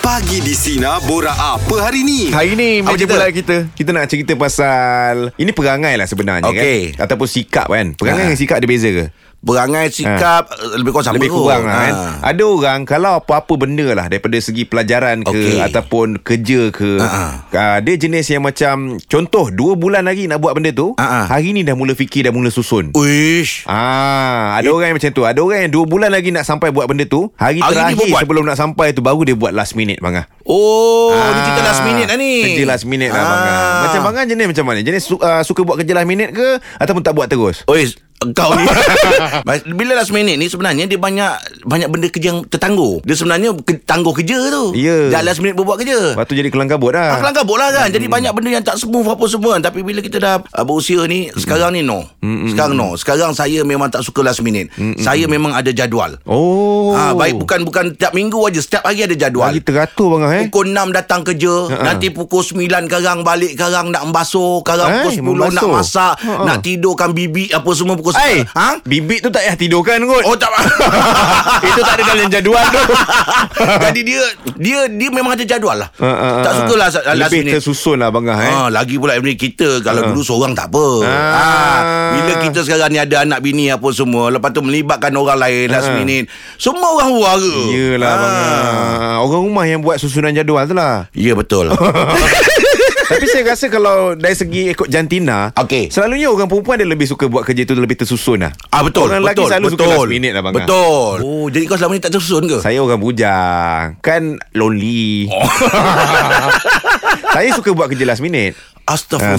Pagi di Sina Bora apa hari ni? Hari ni Apa meja cerita? bola kita Kita nak cerita pasal Ini perangai lah sebenarnya Okey. kan Ataupun sikap kan Perangai Ha. dengan sikap dia beza ke? Berangai sikap ha. Lebih kurang sama Lebih kot. kurang lah Ha. kan Ada orang Kalau apa-apa benda lah Daripada segi pelajaran ke Okey. Ataupun kerja ke Ha, uh, Dia jenis yang macam Contoh Dua bulan lagi nak buat benda tu Ha, ha. Hari ni dah mula fikir Dah mula susun Uish Ah, ada orang yang macam tu. Ada orang yang 2 bulan lagi nak sampai buat benda tu. Hari, Hari ni terakhir pun buat. sebelum nak sampai tu baru dia buat last minute bang. Ah. Oh ah. Ni Ah, cerita last minute lah ni Kerja last minute lah bang. Ah. Macam bang An jenis macam mana? Jenis su- uh, suka buat kerja last minute ke ataupun tak buat terus? Uish kau ni Mas- Bila last minute ni Sebenarnya dia banyak Banyak benda kerja yang tertangguh Dia sebenarnya ke, Tangguh kerja tu Ya. Dah last minute berbuat kerja Lepas tu jadi kelang kabut Ah, lah. kelang kabut lah kan Jadi banyak benda yang tak smooth Apa semua Tapi bila kita dah uh, Berusia ni Hmm. Sekarang ni no Sekarang no Sekarang saya memang tak suka last minute Saya memang ada jadual Hmm, Oh. Ah, baik bukan bukan tiap minggu aja setiap hari ada jadual. Lagi teratur bang ah, eh. Ha, Pukul 6 datang kerja uh-huh. Nanti pukul 9 Karang balik Karang nak membasuh Eh, Karang pukul 10 membasuh. Ha, nak Eh. masak Ha-ha. uh-huh. Nak tidurkan bibi Apa semua pukul 9 Hai, ha? bibit tu tak payah tidurkan kot. Oh tak Itu tak ada dalam jadual tu. Jadi dia Dia dia memang ada jadual lah Ah, ah, ah, Tak suka lah ah. last Lebih minute tersusun lah bang ah, eh. Ah. Ha, lagi pula Emily kita kalau dulu seorang tak apa. Ha. bila kita sekarang ni ada anak bini apa semua, lepas tu melibatkan orang lain Ha. last minute. Semua orang huara. Ha. Yelah bang. ah. Orang rumah yang buat susunan jadual tu lah. Ya betul. Tapi saya rasa kalau dari segi ikut jantina Okey. Selalunya orang perempuan dia lebih suka buat kerja tu lebih tersusun lah ah betul. Orang lelaki betul, selalu suka betul, last minute lah bang Betul. Oh, jadi kau selama ni tak tersusun ke? Saya orang bujang Kan lonely oh. Saya suka buat kerja last minute Astagfirullah.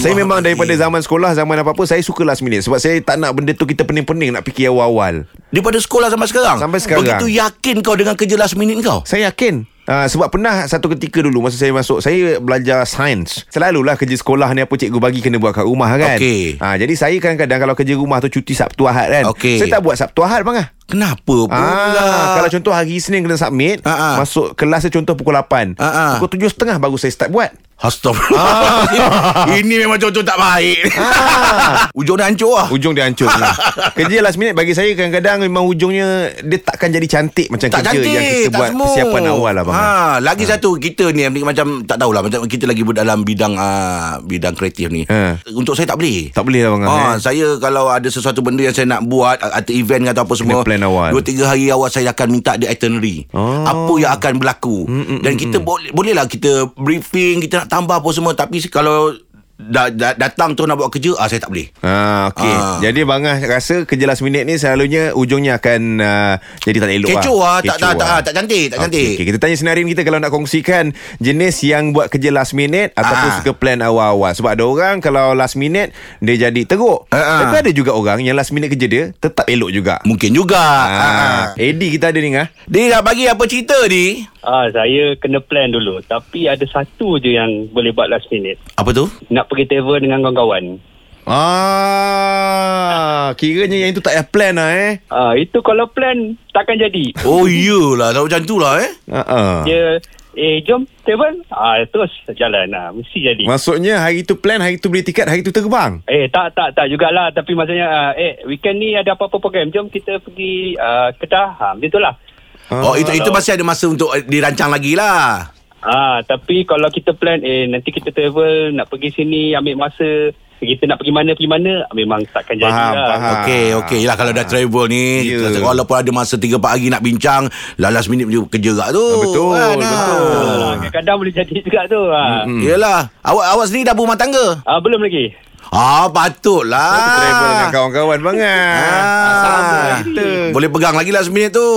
Ha, saya memang daripada zaman sekolah Zaman apa-apa Saya suka last minute Sebab saya tak nak benda tu Kita pening-pening Nak fikir awal-awal daripada sekolah sampai sekarang. Sampai sekarang. Begitu yakin kau dengan kerja last minute kau? Saya yakin Uh, sebab pernah satu ketika dulu Masa saya masuk Saya belajar sains Selalulah kerja sekolah ni Apa cikgu bagi Kena buat kat rumah kan Okey. Ah, Jadi saya kadang-kadang Kalau kerja rumah tu Cuti Sabtu Ahad kan Okey. Saya tak buat Sabtu Ahad bang ah. Kenapa pula? Ah, kalau contoh hari Isnin kena submit Ah, ah. Masuk kelas saya contoh pukul 8 Ah, ah. Pukul 7.30 baru saya start buat Ah. Astagfirullah. Ini memang contoh tak baik. Ujung dah hancur lah. Ujung dia hancur lah. Kerja last minute bagi saya kadang-kadang memang ujungnya dia takkan jadi cantik macam tak kerja cantik yang kita tak buat smooth. persiapan awal lah bang. ha, lagi ha. satu kita ni Amri, macam tak tahulah macam kita lagi dalam bidang uh, bidang kreatif ni Ha. untuk saya tak boleh Tak boleh lah bang. Ha, Ah, eh. saya kalau ada sesuatu benda yang saya nak buat atau event atau apa semua plan awal. dua tiga hari awal saya akan minta dia itinerary Oh. apa yang akan berlaku dan kita boleh bolehlah kita briefing kita nak tambah apa semua tapi kalau da, da, datang tu nak buat kerja ah saya tak boleh Ah, okey. Ah. Jadi bang ah rasa kerja last minute ni selalunya ujungnya akan ah, jadi tak elok kecoh lah. ah tak tak tak, tak cantik tak cantik Okey, okay. kita tanya senarin kita kalau nak kongsikan jenis yang buat kerja last minute ataupun Ah. suka plan awal-awal. Sebab ada orang kalau last minute dia jadi teruk. Ah, ah. Tapi ada juga orang yang last minute kerja dia tetap elok juga. mungkin juga ha. Ah, Eddie kita ada ni ngah. dia nak bagi apa cerita ni Ah, saya kena plan dulu. Tapi ada satu je yang boleh buat last minute. apa tu Nak pergi table dengan kawan-kawan. Ah, kiranya yang itu tak payah plan lah eh. Ah, itu kalau plan takkan jadi. Oh iyalah Kalau macam tu lah eh Uh-uh. Dia eh jom table. Ah, terus jalan ah, mesti jadi. Maksudnya hari tu plan, hari tu beli tiket, hari tu terbang. Eh tak tak tak jugalah tapi maksudnya ah, eh weekend ni ada apa-apa program jom kita pergi ah, Kedah ha macam itulah. Ah, Oh itu itu masih ada masa Untuk eh, dirancang lagi lah Ah tapi kalau kita plan eh nanti kita travel nak pergi sini ambil masa kita nak pergi mana pergi mana memang takkan jadi Faham, lah. faham. Ah. Okey, okey lah kalau dah travel ni, Ya. yeah. walaupun ada masa 3 4 hari nak bincang, lah last minute punya kerja kat tu. Betul, ah. betul. Ah, kadang-kadang boleh jadi juga tu. Ah. Hmm. Yalah, awak awak sendiri dah berumah tangga. Ah, belum lagi. Ah, Ah. patutlah. Travel dengan kawan-kawan bang ah. Ah, boleh pegang lagi last minute tu.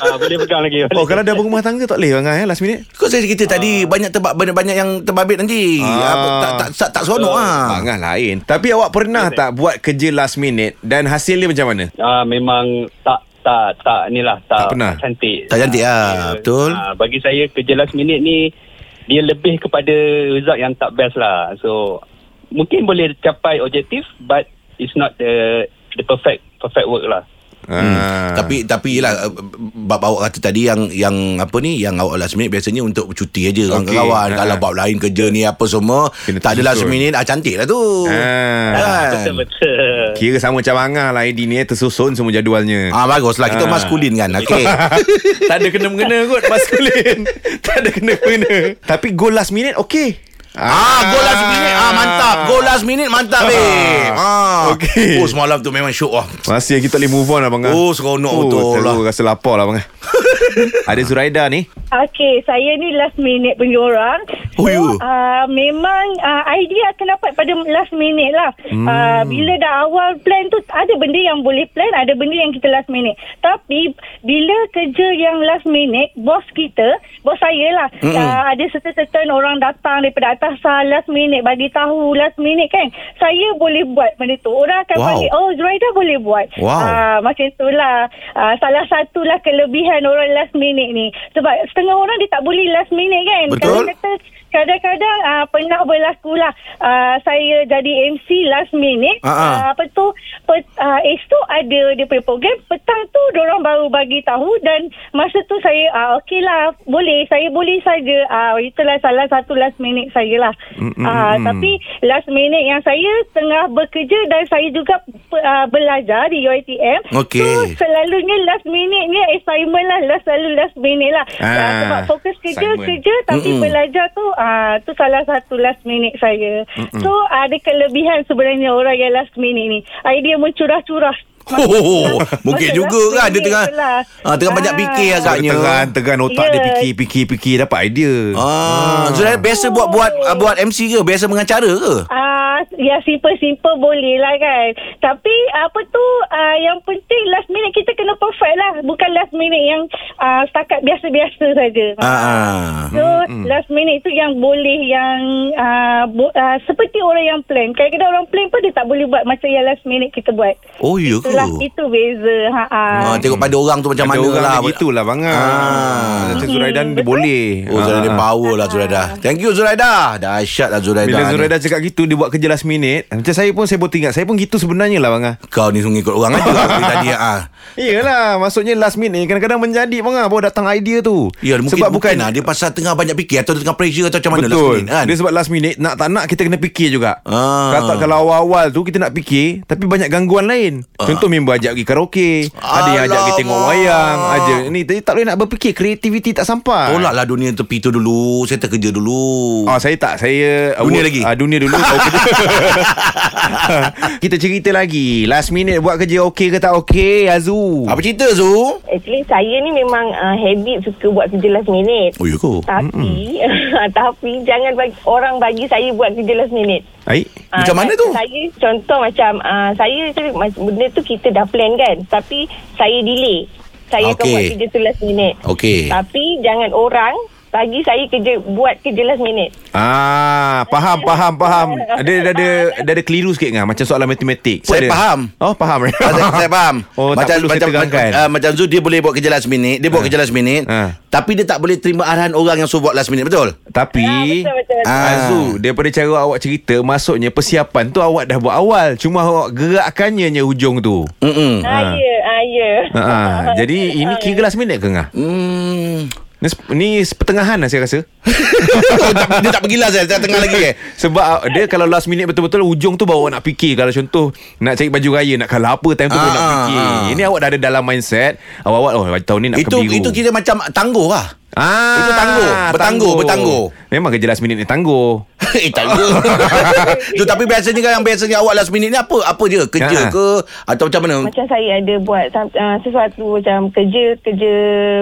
Ah, boleh pegang lagi. Oh, kalau dah berumah tangga tak boleh bang ah eh, last minute. Kau saya cerita tadi banyak tebak banyak-banyak yang terbabit nanti. Ah. Apa, tak tak tak, tak seronok ah. Bang ah lain. Tapi awak pernah tak buat kerja last minute dan hasil dia macam mana? Ah, memang tak tak tak ni lah Tak tak, pernah? cantik. Tak cantik lah, dia- betul. Ah, bagi saya kerja last minute ni dia lebih kepada result yang tak best lah. So mungkin boleh capai objektif but it's not the the perfect perfect work lah. Ah. Hmm. Tapi tapi yalah uh, bab awak kata tadi yang yang apa ni yang awak last minute biasanya untuk cuti aja orang Okey. kawan. Ah. Kalau bab lain kerja ni apa semua Kena tak ada last tersusun. minute ah cantik lah tu. Ah. Kan? Betul-betul. Kira sama macam Angah lah ID ni eh, Tersusun semua jadualnya Ah baguslah kita maskulin kan. Okey. tak ada kena-mengena kot maskulin. tak ada kena-mengena. Tapi gol last minute okey. Ah, gol last minute. Ah, mantap. Gol last minute mantap, babe. Ah. Okey. Oh, semalam tu memang syok ah. Masih kita boleh move on lah bang. Oh, seronok betul terus lah. Rasa lapar lah bang. ada Zuraida ni. Okey, saya ni last minute punya orang. Oh, you. uh, memang uh, idea akan dapat pada last minute lah. Hmm. Uh, bila dah awal plan tu, ada benda yang boleh plan, ada benda yang kita last minute. Tapi, bila kerja yang last minute, bos kita, bos saya lah, uh, ada certain-certain orang datang daripada atas ah, last minute, bagi tahu last minute kan. Saya boleh buat benda tu. Orang akan Wow. panggil, oh Zuraida boleh buat. Wow. Ah, Ah, macam itulah. Ah, salah satulah kelebihan orang last minute ni. Sebab setengah orang dia tak boleh last minute kan. Betul. Kadang kata kadang-kadang ah, pernah berlaku lah ah, saya jadi MC last minute. Ah, ah. Ah, apa tu pet, ah, esok ada dia punya program. Petang tu orang baru bagi tahu dan masa tu saya ah, okey lah boleh. Saya boleh saja. Ah, itulah salah satu last minute saya lah. Mm, Ah, tapi last minute yang saya tengah bekerja dan saya juga ah, belajar di UiTM. Okey. So, selalunya last minute ni assignment lah last selalu last minute lah Ah, ah, sebab fokus kerja assignment. kerja tapi Mm-mm. Mm-mm. belajar tu ah tu salah satu last minute saya Mm-mm. so ada kelebihan sebenarnya orang yang last minute ni idea mencurah-curah Ho, ho, ho. Oh, Mungkin juga kan dia tengah ah, tengah banyak fikir agaknya. Tegan, tegan otak yeah. dia Ya. fikir, fikir, fikir. Dapat idea. Ah, Zuraida biasa buat buat ah, buat MC ke? Biasa mengacara ke? Ah, ya simple-simple boleh lah kan. Tapi apa tu ah, yang penting last minute kita kena perfect lah. Bukan last minute yang ah, setakat biasa-biasa saja. Ah, ah. So mm-hmm. last minute tu yang boleh yang uh, bo- uh, seperti orang yang plan. Kadang-kadang orang plan pun dia tak boleh buat macam yang last minute kita buat. Oh, ya ke? Itulah itu beza. Ha ah. Ah, tengok pada orang tu macam Ada mana orang lah. lah. gitulah bang. Ah. Ah. Macam Zuraida ni dia boleh. Oh, Zuraida Ah. power lah Zuraida. Thank you Zuraida. Dahsyat lah Zuraida. Bila ni. Zuraida cakap gitu Dia buat kerja last minute Macam saya pun Saya pun ingat Saya pun gitu sebenarnya lah bang Ah. Kau ni sungguh ikut orang aja lah dari tadi ah. Iyalah Maksudnya last minute ni Kadang-kadang menjadi bang ah, Baru datang idea tu Ya, mungkin, Sebab bukan mungkin lah, dia pasal tengah banyak fikir atau tengah pressure atau macam mana last Betul minute, kan. Dia sebab last minute Nak tak nak kita kena fikir juga Ah. Kalau tak kalau awal-awal tu Kita nak fikir Tapi banyak gangguan lain Contoh member ajak pergi karaoke Ada yang ajak pergi tengok Ah. Alamak. wayang Ada ni Tapi tak boleh nak berfikir Kreativiti tak sampai Tolaklah lah dunia tepi tu dulu. Saya terkerja dulu. Oh saya tak Saya uh, Dunia work- lagi? uh, Dunia dulu baru kerja. Kita cerita lagi Last minute buat kerja Okey ke tak okey Azu Apa cerita Zu? Actually saya ni memang uh, habit suka buat kerja last minute. Oh, ya ke? Tapi tapi jangan bagi, orang bagi saya buat kerja last minute. Baik Ah, Macam mana saya- tu? Saya contoh macam uh, saya tu mas- benda tu kita dah plan kan tapi saya delay. Saya okay. akan Okey. buat kerja tu last minute. Okey. Tapi jangan orang bagi saya kerja buat kerja last minute. Ah, faham, faham, faham. Ada ada ada, ada, ada keliru sikit ngah macam soalan matematik. Saya ada. faham. Oh, faham. Ah, saya, saya faham Oh, macam, tak perlu macam, saya terangkan. macam, ah, macam Zu Dia boleh buat kerja last minute Dia buat kerja last minute Ah. Tapi dia tak boleh terima arahan orang Yang suruh buat last minute Betul? Tapi Ya, betul, betul. ah. Azu Daripada cara awak cerita Maksudnya persiapan tu Awak dah buat awal Cuma awak gerakkannya je Hujung tu Mm-mm. Ha, Ah. ya, ha, ya. Ah. ha, Ah, ha. Jadi ini kira last minute ke ngah? Hmm. Ni, sep- ni pertengahan lah saya rasa Oh, tak- dia tak pergilah saya Tengah lagi eh Sebab ah, dia kalau last minute betul-betul Hujung tu baru awak nak fikir Kalau contoh Nak cari baju raya Nak kalah apa Time tu baru Ah, nak fikir ah. Ini awak dah ada dalam mindset Awak-awak oh, Tahun ni nak itu kebiru itu kira macam tangguh lah. Ah, Itu tangguh. Bertangguh, bertangguh. Memang kerja last minute ni tangguh. eh tak juga. tu tapi biasanya kan yang biasanya awak last minute ni apa apa je kerja Ha. ke atau macam mana? Macam saya ada buat sam- uh, sesuatu macam kerja kerja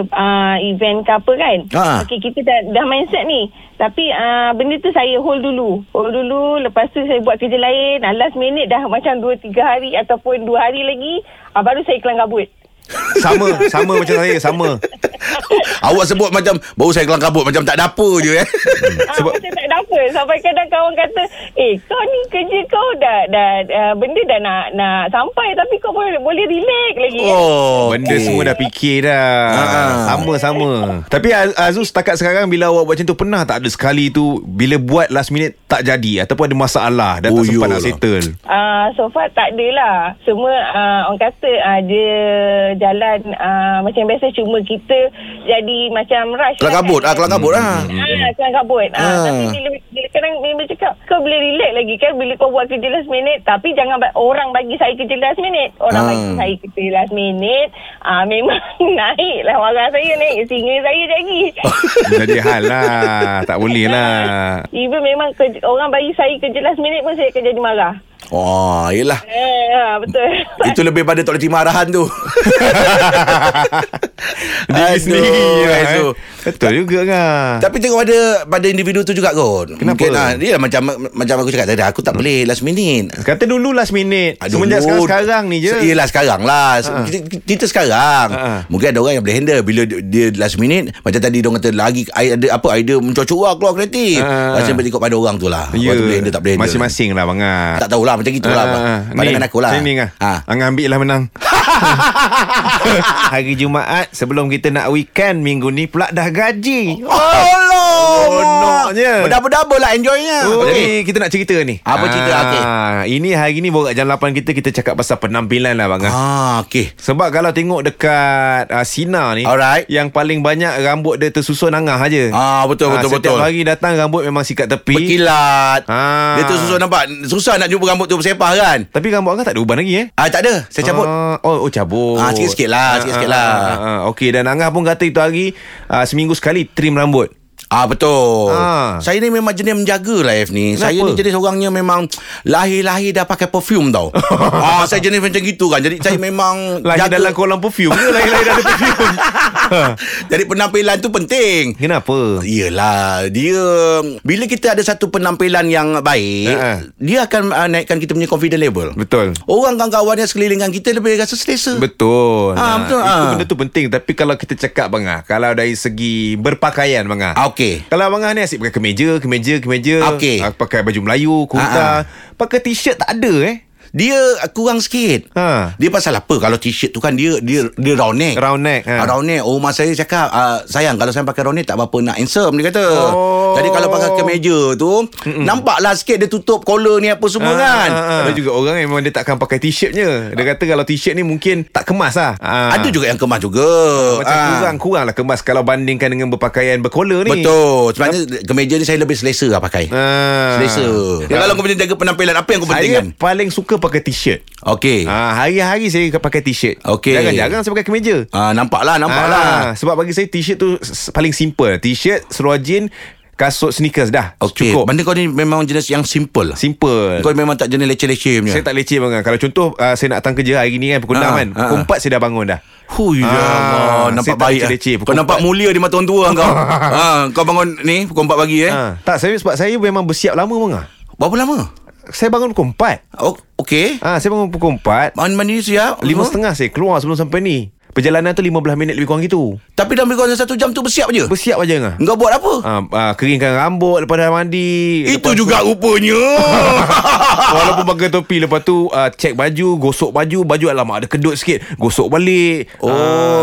uh, event ke apa kan. Ha. Okey kita dah, dah mindset ni. Tapi uh, benda tu saya hold dulu. Hold dulu lepas tu saya buat kerja lain. Ah, last minute dah macam 2 3 hari ah, ataupun 2 hari lagi uh, baru saya kelang kabut. Sama, sama macam saya, sama. Awak sebut macam Baru saya kelang kabut Macam tak ada apa je eh Ah, sebab macam tak ada apa sampai kadang kawan kata eh kau ni kerja kau dah dah uh, benda dah nak nak sampai tapi kau boleh boleh relax lagi kan?" Oh Benda okey. semua dah fikir dah Ah. Sama-sama Tapi Az- Azul setakat sekarang Bila awak buat macam tu Pernah tak ada sekali tu Bila buat last minute Tak jadi Ataupun ada masalah Dan Oh, tak sempat nak yolah. settle Uh, so far tak adalah Semua uh, orang kata uh, Dia jalan uh, Macam biasa Cuma kita Jadi macam rush kan? Kelang kabut ah, Kelang kabut lah Hmm, Ah, kelang kabut. Ah, Ah. Tapi bila, bila kadang member cakap, kau boleh relax lagi kan bila kau buat kerja last minute. Tapi jangan ba- orang bagi saya kerja last minute. Orang Ah. bagi saya kerja last minute. Ah, memang naik lah warah saya naik. Singa saya lagi. Jadi hal lah Tak boleh lah Even memang kerja, orang bagi saya kerja last minute pun saya akan jadi marah. Oh yelah Eh, ah, betul. Itu lebih pada tak boleh terima arahan tu Diri Aduh, sendiri lah, eh. Aizul. Betul juga kan Tapi tengok pada pada individu tu juga kot. Kenapa? Mungkin, ah, dia macam macam aku cakap tadi aku tak boleh last minute. Kata dulu last minute Ah, Semenjak dulu. sekarang-sekarang ni je Se- Yelah sekarang lah Se- kita, kita sekarang Ha. Mungkin ada orang yang boleh handle Bila dia- dia last minute Macam tadi dia orang kata Lagi i- ada apa Idea mencuak-cuak keluar kreatif Ha. Ya. Macam berikut pada orang tu lah Orang tu boleh handle tak boleh handle Masing-masing lah bang ah. Tak tahulah macam gitulah Ah, uh, Pandangan ni, aku lah Sini ngah. Ha. Ah. Angah ambil lah menang. Hari Jumaat sebelum kita nak weekend minggu ni pula dah gaji. Ya. Allah Seronoknya. Berdaba-daba lah enjoynya Oh, Jadi jadi kita nak cerita ni. Apa cerita? Okey. Ah, ini hari ni borak jam 8 kita kita cakap pasal penampilan lah bang. Ah. Ah, okay. Sebab kalau tengok dekat uh, Sina ni Alright. Yang paling banyak rambut dia tersusun angah aja. Ah, betul, betul, Ha, Setiap betul. hari datang rambut memang sikat tepi Berkilat Ah. Dia tu susah nampak Susah nak jumpa rambut tu bersepah kan Tapi rambut angah tak ada uban lagi eh Ah tak ada Saya cabut Ah, oh, oh cabut. Ah, sikit-sikit lah, sikit-sikit lah. ah, Okey, dan Angah pun kata itu hari ah, seminggu sekali trim rambut. Ah betul. Ah. Saya ni memang jenis menjaga lah F ni. Saya ni jenis orangnya memang lahir-lahir dah pakai perfume tau. ah saya jenis macam gitu kan. Jadi saya memang Lahir jaga. dalam kolam perfume ke? Lahir-lahir dalam perfume. Ha. Jadi penampilan tu penting. Kenapa? Yelah Dia Bila kita ada satu penampilan yang baik Ha, ha. Dia akan uh, naikkan kita punya confident level Betul. Orang kawan-kawan yang sekeliling dengan kita Lebih rasa selesa Betul. Ah, betul, Itu ah. benda tu penting. Tapi kalau kita cakap bang ah, kalau dari segi berpakaian bang ah. Ah, Okey Kalau abang Ah ni asyik pakai kemeja, kemeja, kemeja. Okey. Ah, pakai baju Melayu, kurta. Ah, Pakai t-shirt tak ada eh. Dia uh, kurang sikit. Ha. Dia pasal apa kalau t-shirt tu kan dia dia dia round neck. Round neck, ha. Ha. Round neck. Oh masa saya cakap uh, sayang kalau saya pakai round neck tak apa nak handsome dia kata. Oh. Jadi kalau pakai kemeja tu Mm-mm. nampaklah sikit dia tutup collar ni apa Ah, semua kan. ah, ah. Ada juga orang yang memang dia takkan pakai t-shirtnya. Dia kata kalau t-shirt ni mungkin tak kemas lah. Ah. Ada juga yang kemas juga. Macam Ah. kurang kurang lah kemas kalau bandingkan dengan berpakaian berkola ni. Betul. Sebenarnya kemeja ni saya lebih selesa lah pakai. Ha. Selesa. Ya, kalau kau boleh jaga penampilan apa yang kau Saya pentingkan? paling suka pakai t-shirt. Okey. Ha. Ha, hari-hari saya pakai t-shirt. Okey. Jarang-jarang saya pakai kemeja. Ah, nampaklah nampaklah. Ah, sebab bagi saya t-shirt tu s- paling simple. T-shirt, seluar jean, kasut sneakers dah. Okey. Cukup. Benda kau ni memang jenis yang simple. lah. Simple. Kau memang tak jenis leceh-leceh punya. saya tak leceh bang. Kalau contoh uh, saya nak datang kerja hari ni kan pukul Ya. 6 Ah, kan. ah, Pukul ah. 4 saya dah bangun dah. Hui ya Ah, Allah saya Nampak tak baik eh. leceh-leceh. Pukul Kau nampak empat. mulia di mata orang tua kau ha, Kau bangun ni Pukul 4 pagi eh ha. Ha, tak saya sebab saya memang bersiap lama bang. ah. Berapa lama? Saya bangun pukul 4. O- Okey Ah, saya bangun pukul 4. Mandi-mandi siap Lima Huh? setengah saya keluar sebelum sampai ni. Perjalanan tu 15 minit lebih kurang gitu. Tapi dalam lebih kurang satu jam tu bersiap je Bersiap aja ngah. Kau buat apa? Ah, ah, keringkan rambut lepas dah mandi. Itu lepas juga rupanya Walaupun pakai topi Lepas tu uh, Cek baju Gosok baju Baju alamak ada kedut sikit Gosok balik oh.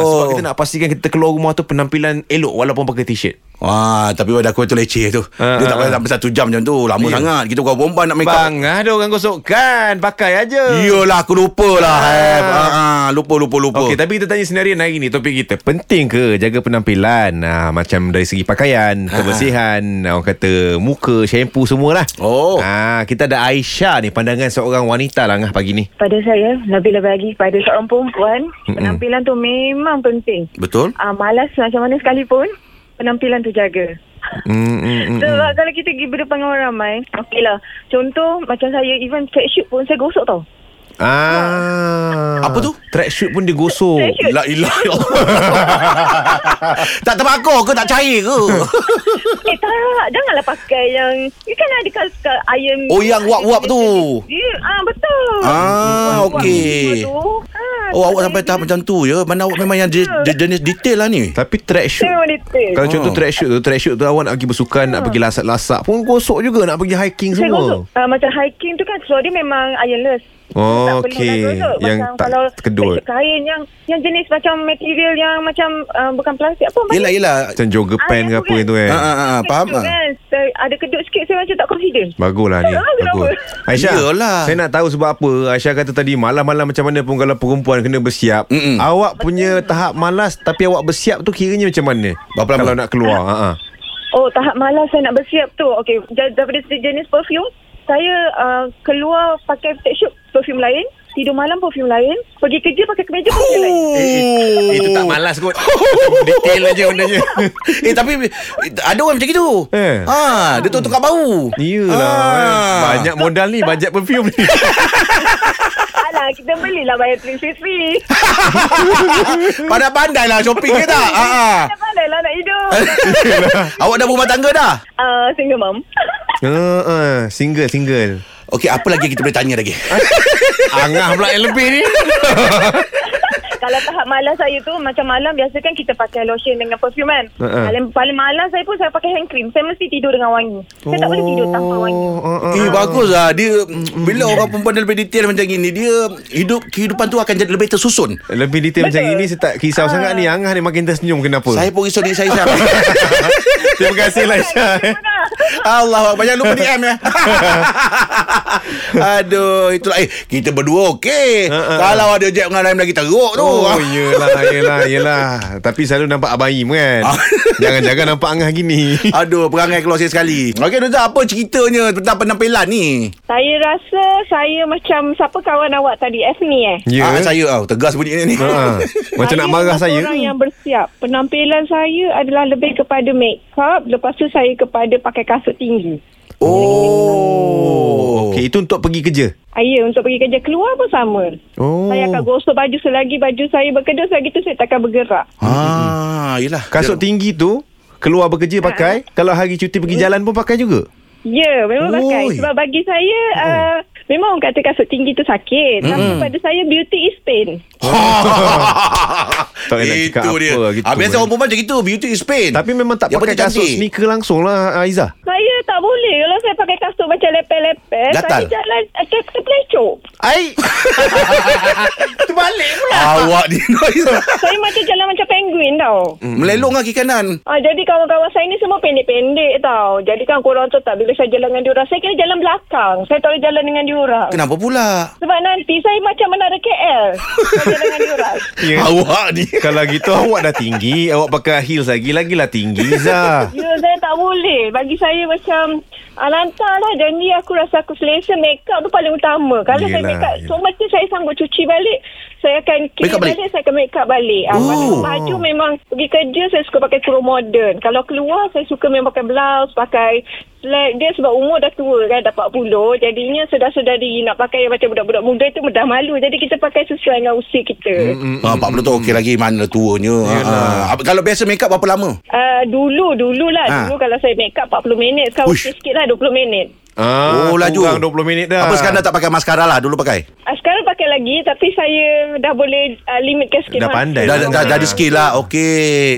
Sebab kita nak pastikan Kita keluar rumah tu Penampilan elok Walaupun pakai t-shirt Wah, tapi pada aku tu leceh tu. Ah, Dia ah, tak payah ah. Ya. sampai satu jam macam tu. Lama sangat. Kita Eh, kau Ya. perempuan nak make up. Bang ah, Ada orang gosokkan Pakai aja Iyalah, aku lupa lah. Ah. Ah, lupa, lupa, lupa. Okey, tapi kita tanya senario hari ni topik kita. Penting ke jaga penampilan? Ah, macam dari segi Ha. pakaian, kebersihan, orang kata muka, shampoo semualah. Oh. Ah, kita ada Aisyah ni pandangan seorang wanita lah ngah pagi ni. Pada saya, lebih-lebih lagi pada seorang perempuan, Mm-mm. penampilan tu memang penting. Betul? Ah, malas macam mana sekalipun, penampilan tu jaga. Mm, mm, mm. Sebab kalau kita pergi berdepan dengan orang ramai, okeylah. Contoh macam saya even fake shoot pun saya gosok tau. Ah. Apa tu? Track shoot pun dia gosok. La ilah ya Allah. tak terbakar ke tak cair ke? Eh tak Janganlah pakai yang You kan ada kal- kal- iron Oh, yang wak-wak tu. Dia ah, betul Ah, Wak-wak okey. tu, ah, Oh awak sampai dia- tahap macam tu je Mana awak memang yang je, je, jenis detail lah ni Tapi track shoot Dia memang detail Kalau contoh Oh. track shoot tu Track shoot tu awak nak pergi bersukan Nak pergi lasak-lasak Pun gosok juga Nak pergi hiking Saya gosok semua uh, Macam hiking tu kan Seluar dia memang ironless Oh, Tak perlu okey. nak gosok. Yang Macam tak kalau terkedut. baju Kain yang Yang jenis macam material Yang macam uh, Bukan plastik apa Yelah yelah Macam jogger Ah, pant ke yang apa bukan. gitu kan Ah, ah, ah, ah, Faham Kedut ah? kan Saya- Ada kedut sikit Saya macam tak confident Baguslah ni Tak tahu Ah, kenapa. Bagus Aisyah Iyalah. Saya nak tahu sebab apa Aisyah kata tadi Malam-malam macam mana pun Kalau perempuan kena bersiap Mm-mm. Awak punya tahap malas Tapi awak bersiap tu Kiranya macam mana Berapa lama? Kalau nak keluar ha, ha. Oh tahap malas saya nak bersiap tu Okay daripada jenis perfume Saya uh, keluar pakai tech shoot perfume lain Tidur malam perfume lain Pergi kerja pakai kemeja perfume lain Eh, Itu tak malas kot Detail aja bendanya eh tapi eh, ada orang macam gitu. Eh. Ha, dia tu tukar bau. Iyalah eh. Ah. Banyak modal ni Bajet perfume ni Alah kita belilah bayar 350 Pandai-pandai lah shopping ke tak? Ha. ah. Pandai lah nak hidup Awak dah berumah tangga dah? uh, Single mom uh, uh, Single single Okey, apa lagi kita boleh tanya lagi? Angah Ah, pula yang lebih ni Kalau tahap malas saya tu Macam malam biasa kan kita pakai lotion dengan perfume kan Ha-ha. paling, paling malas saya pun saya pakai hand cream Saya mesti tidur dengan wangi Saya tak Oh. boleh tidur tanpa wangi uh, Eh bagus lah Dia mm, Bila orang perempuan dia lebih detail macam gini Dia Hidup Kehidupan tu akan jadi lebih tersusun Lebih detail macam ini Saya tak kisah sangat Ah. ni Angah ni makin tersenyum kenapa Saya pun risau diri saya Syam Terima kasih lah Aisyah eh. Allah Banyak lupa DM ya Aduh Itulah eh, Kita berdua okey Ha, ha, Kalau ada Jack dengan Rahim lagi teruk tu Ah. Oh yelah yelah yelah Tapi selalu nampak Abaim kan Ah. Jangan-jangan nampak Angah gini Aduh perangai keluar saya sekali Okey Nuzah apa ceritanya Tentang penampilan ni Saya rasa saya macam siapa kawan awak tadi, Afni eh? Ya ah, Saya oh, tegas bunyi ni Ah, Macam nak marah termasuk saya orang yang bersiap. Penampilan saya adalah lebih kepada make up, lepas tu saya kepada pakai kasut tinggi. Oh Okey itu untuk pergi kerja Saya untuk pergi kerja keluar pun sama. Oh. Saya akan gosok baju selagi baju saya berkedut selagi tu saya takkan bergerak. Ah, yelah Kasut tinggi tu Keluar bekerja Ah, pakai Kalau hari cuti pergi Hmm. jalan pun pakai juga Ya, memang Oi. pakai. Sebab bagi saya uh, memang orang kata kasut tinggi tu sakit, tapi pada saya beauty is pain. Tak payah nak cakap Itu apa dia gitu. ah, Biasa orang perempuan macam itu Beauty is pain Tapi memang tak Yang pakai penting kasut cantik. sneaker langsung lah Aizah Saya tak boleh kalau saya pakai kasut macam lepel-lepel. Gatal. Saya jalan eh, ter- terpelecok. Ai Terbalik pula Awak ni Noizah Saya macam jalan macam penguin tau. Melelong kaki kanan Ah, jadi kawan-kawan saya ni semua pendek-pendek tau. Jadi kan korang tahu tak bila saya jalan dengan diorang. Saya kena jalan belakang. Saya tak boleh jalan dengan diorang. Kenapa pula? Sebab nanti saya macam menara KL. Saya jalan dengan diorang. Ya. Awak ni Kalau gitu awak dah tinggi Awak pakai heels lagi Lagilah tinggi Zah Ya, saya tak boleh. Bagi saya macam ah, lantar lah. Dan ni aku rasa aku selesa. Make up tu paling utama. Kalau saya Yelah, make up, yelah. so macam saya sanggup cuci balik. Saya akan Make clean up balik? balik. saya akan make up balik. Ah, Oh. baju, baju memang pergi kerja saya suka pakai kurung moden. Kalau keluar saya suka memang pakai blouse, pakai slack. Dia sebab umur dah tua kan, dah 40. Jadinya sedar-sedari nak pakai yang macam budak-budak muda itu dah malu. Jadi kita pakai sesuai dengan usia kita. Ah, 40 tahun okey lagi Mana tuanya ah, ah. Kalau biasa make up berapa lama? Uh, dulu, dululah. Ha. Ha. Dulu kalau saya make up 40 minit. Sekarang Uish. Uish. sikit lah 20 minit. ah, Oh, laju. Kurang 20 minit dah Apa sekarang dah tak pakai maskara lah Dulu pakai Uh, sekarang pakai lagi tapi saya dah boleh uh, limitkan sikit. Dah masa. pandai Dah, dah, dah, dah ada Ah. skill lah Okey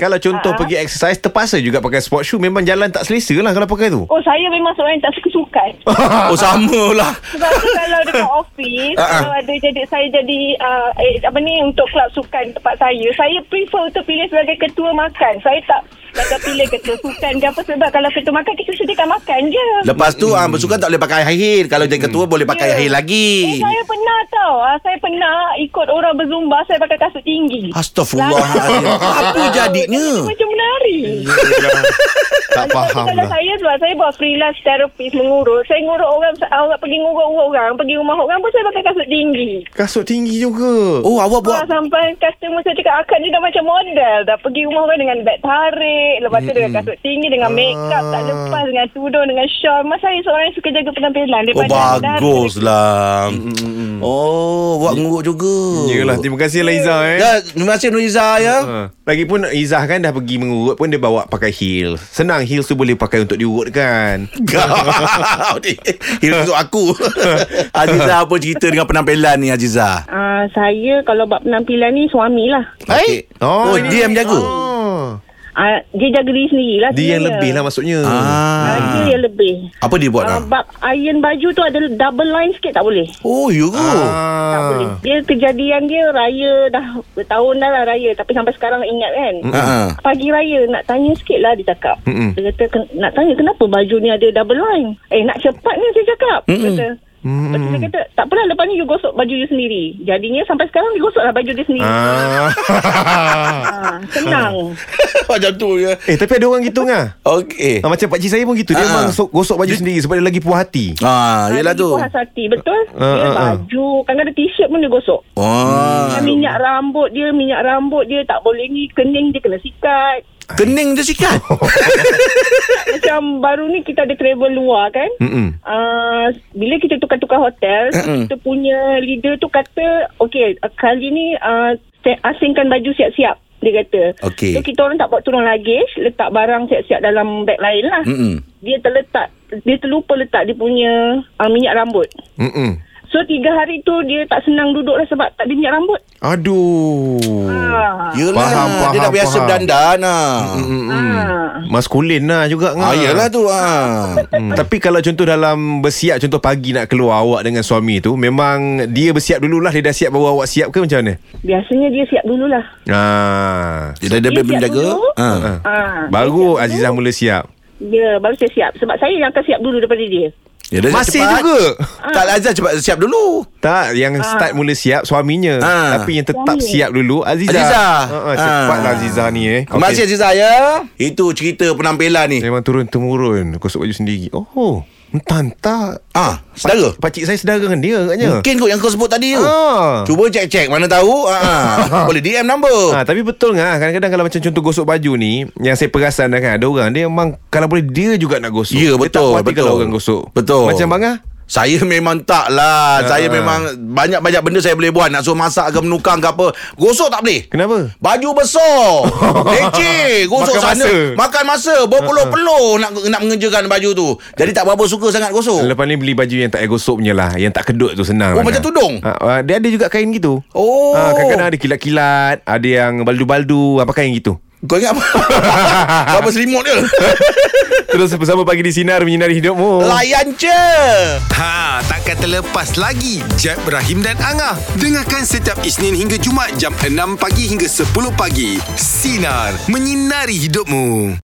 Eh, Kalau contoh Ah. pergi exercise Terpaksa juga pakai sport shoe Memang jalan tak selesa lah Kalau pakai tu Oh, saya memang seorang yang tak suka sukan. Oh sama lah Sebab tu kalau dekat office, Ah, ah. kalau ada jadi saya jadi uh, eh, apa ni untuk klub sukan tempat saya, saya prefer untuk pilih sebagai ketua makan. Saya tak takkan pilih ketua sukan ke apa sebab kalau ketua makan kita sediakan makan je. Lepas tu ah, Bersukan tak boleh pakai high heel Kalau jadi ketua Boleh pakai Ya. high heel lagi Eh, saya pernah tau. Ah, saya pernah ikut orang berzumba, saya pakai kasut tinggi. Astaghfirullahaladzim Apa Jadi jadinya? Ya. macam menari. Tak faham Kalau lah saya sebab saya buat freelance therapist mengurut. Saya ngurut orang, awak pergi ngurut orang, pergi rumah orang pun saya pakai kasut tinggi. Ah, Kasut tinggi juga Oh awak buat Ah, Wah, sampai customer saya cakap akak ni dah macam model dah pergi rumah orang dengan beg tarik cantik Lepas tu dengan kasut tinggi Dengan make up Ah. tak lepas Dengan tudung Dengan shawl Mas saya seorang yang suka jaga penampilan Oh anda- baguslah Oh Buat nguruk juga Yelah Terima kasih lah Izzah eh Ya, Terima kasih Nuriza ya Ha. Lagipun Izzah kan dah pergi mengurut pun dia bawa pakai heels. Senang heels tu boleh pakai untuk diurut kan. Kau ni Hira untuk aku Aziza apa cerita dengan penampilan ni Aziza Ah, saya kalau buat penampilan ni suamilah. Hai Oh, dia yang jaga Oh. Ah, dia jaga diri sendirilah. Dia yang lebih lah maksudnya. Ah. ah. Dia yang lebih. Apa dia buat Ah, lah bab iron baju tu ada double line sikit tak boleh. Oh you go Tak Ah. boleh. Dia kejadian dia raya dah bertahun dah lah raya tapi sampai sekarang nak ingat kan. Ah. Pagi raya nak tanya sikit lah dia cakap. Mm-mm. Dia kata "Ken- nak tanya kenapa baju ni ada double line. Eh nak cepat ni saya cakap. Dia kata. Hmm. Lepas tu dia kata tak apalah lepas ni you gosok baju you sendiri. Jadinya sampai sekarang dia gosoklah baju dia sendiri. Ah. senang. Macam tu ya eh tapi ada orang gitu ngah. Okay Ha, macam pakcik saya pun gitu Dia Ah. memang so- gosok baju sendiri Sebab dia lagi puas hati Ah, yelah Lagi tu. Puas hati betul Ah, Dia ah, ah. baju Kadang-kadang t-shirt pun dia gosok Wah. Dia Minyak rambut dia Minyak rambut dia Tak boleh ni Kening dia kena sikat Kening dia sikat. Macam baru ni Kita ada travel luar kan Mm-mm. Uh, bila kita tukar-tukar hotel Mm-mm. Kita punya leader tu kata Okay uh, kali ni uh, se- Asingkan baju siap-siap Dia kata Okey. So kita orang tak buat turun luggage Letak barang siap-siap dalam beg lain lah Mm-mm. Dia terletak Dia terlupa letak dia punya uh, Minyak rambut Mm-mm. So tiga hari tu dia tak senang duduk lah sebab tak ada minyak rambut. Aduh Oh. Ah. Yelah, Faham, dia faham, dah biasa faham. berdandan ah. Ah. Hmm. Maskulin lah juga ngah. Ah, yelah tu ah. Hmm. Tapi kalau contoh dalam bersiap Contoh pagi nak keluar awak dengan suami tu Memang dia bersiap dululah Dia dah siap baru awak siap ke macam mana? Biasanya dia siap dululah. Ah. Dia dah ada Dia siap menjaga. dulu. Ah. Ah. Ah. Baru Azizah mula siap Ya, baru saya siap. Sebab saya yang akan siap dulu daripada dia. Ya, dah Masih cepat. juga Tak Azizah cepat siap dulu. Tak Yang start mula siap Suaminya Ah. Tapi yang tetap Suami. siap dulu Azizah Azizah. uh, Cepatlah Ah. Azizah ni eh Terima kasih Azizah ya. Itu cerita penampilan ni. Memang turun-temurun Gosok baju sendiri Oh Entah entah Ah, saudara. Pakcik saya sedara dengan dia katnya Mungkin kot yang kau sebut tadi tu. Ah. Cuba cek-cek mana tahu. Ah. Boleh DM number. Ha, tapi betul kan Kadang-kadang kalau macam contoh gosok baju ni Yang saya perasan dah kan Ada orang dia memang Kalau boleh dia juga nak gosok Ya Dia tak betul puas hati betul. kalau orang gosok Betul. Macam bang ah? Saya memang tak lah Saya memang Banyak-banyak benda saya boleh buat Nak suruh masak ke menukang ke apa Gosok tak boleh Kenapa? Baju besar Leceh Gosok Makan sana masa. Ah. Makan masa Berpeluh-peluh Nak nak mengerjakan baju tu Jadi tak berapa suka sangat gosok Lepas ni beli baju yang tak payah gosok punya lah Yang tak kedut tu senang Oh, lah, macam kan? tudung? ha, ha, Dia ada juga kain gitu Oh. ha, Kadang-kadang ada kilat-kilat Ada yang baldu-baldu Apa kain gitu Kau ingat apa? apa selimut dia Terus bersama pagi di Sinar Menyinari Hidupmu Layan je Ha, takkan terlepas lagi Jeb, Ibrahim dan Angah. Dengarkan setiap Isnin hingga Jumaat jam 6 pagi hingga 10 pagi. Sinar, menyinari hidupmu.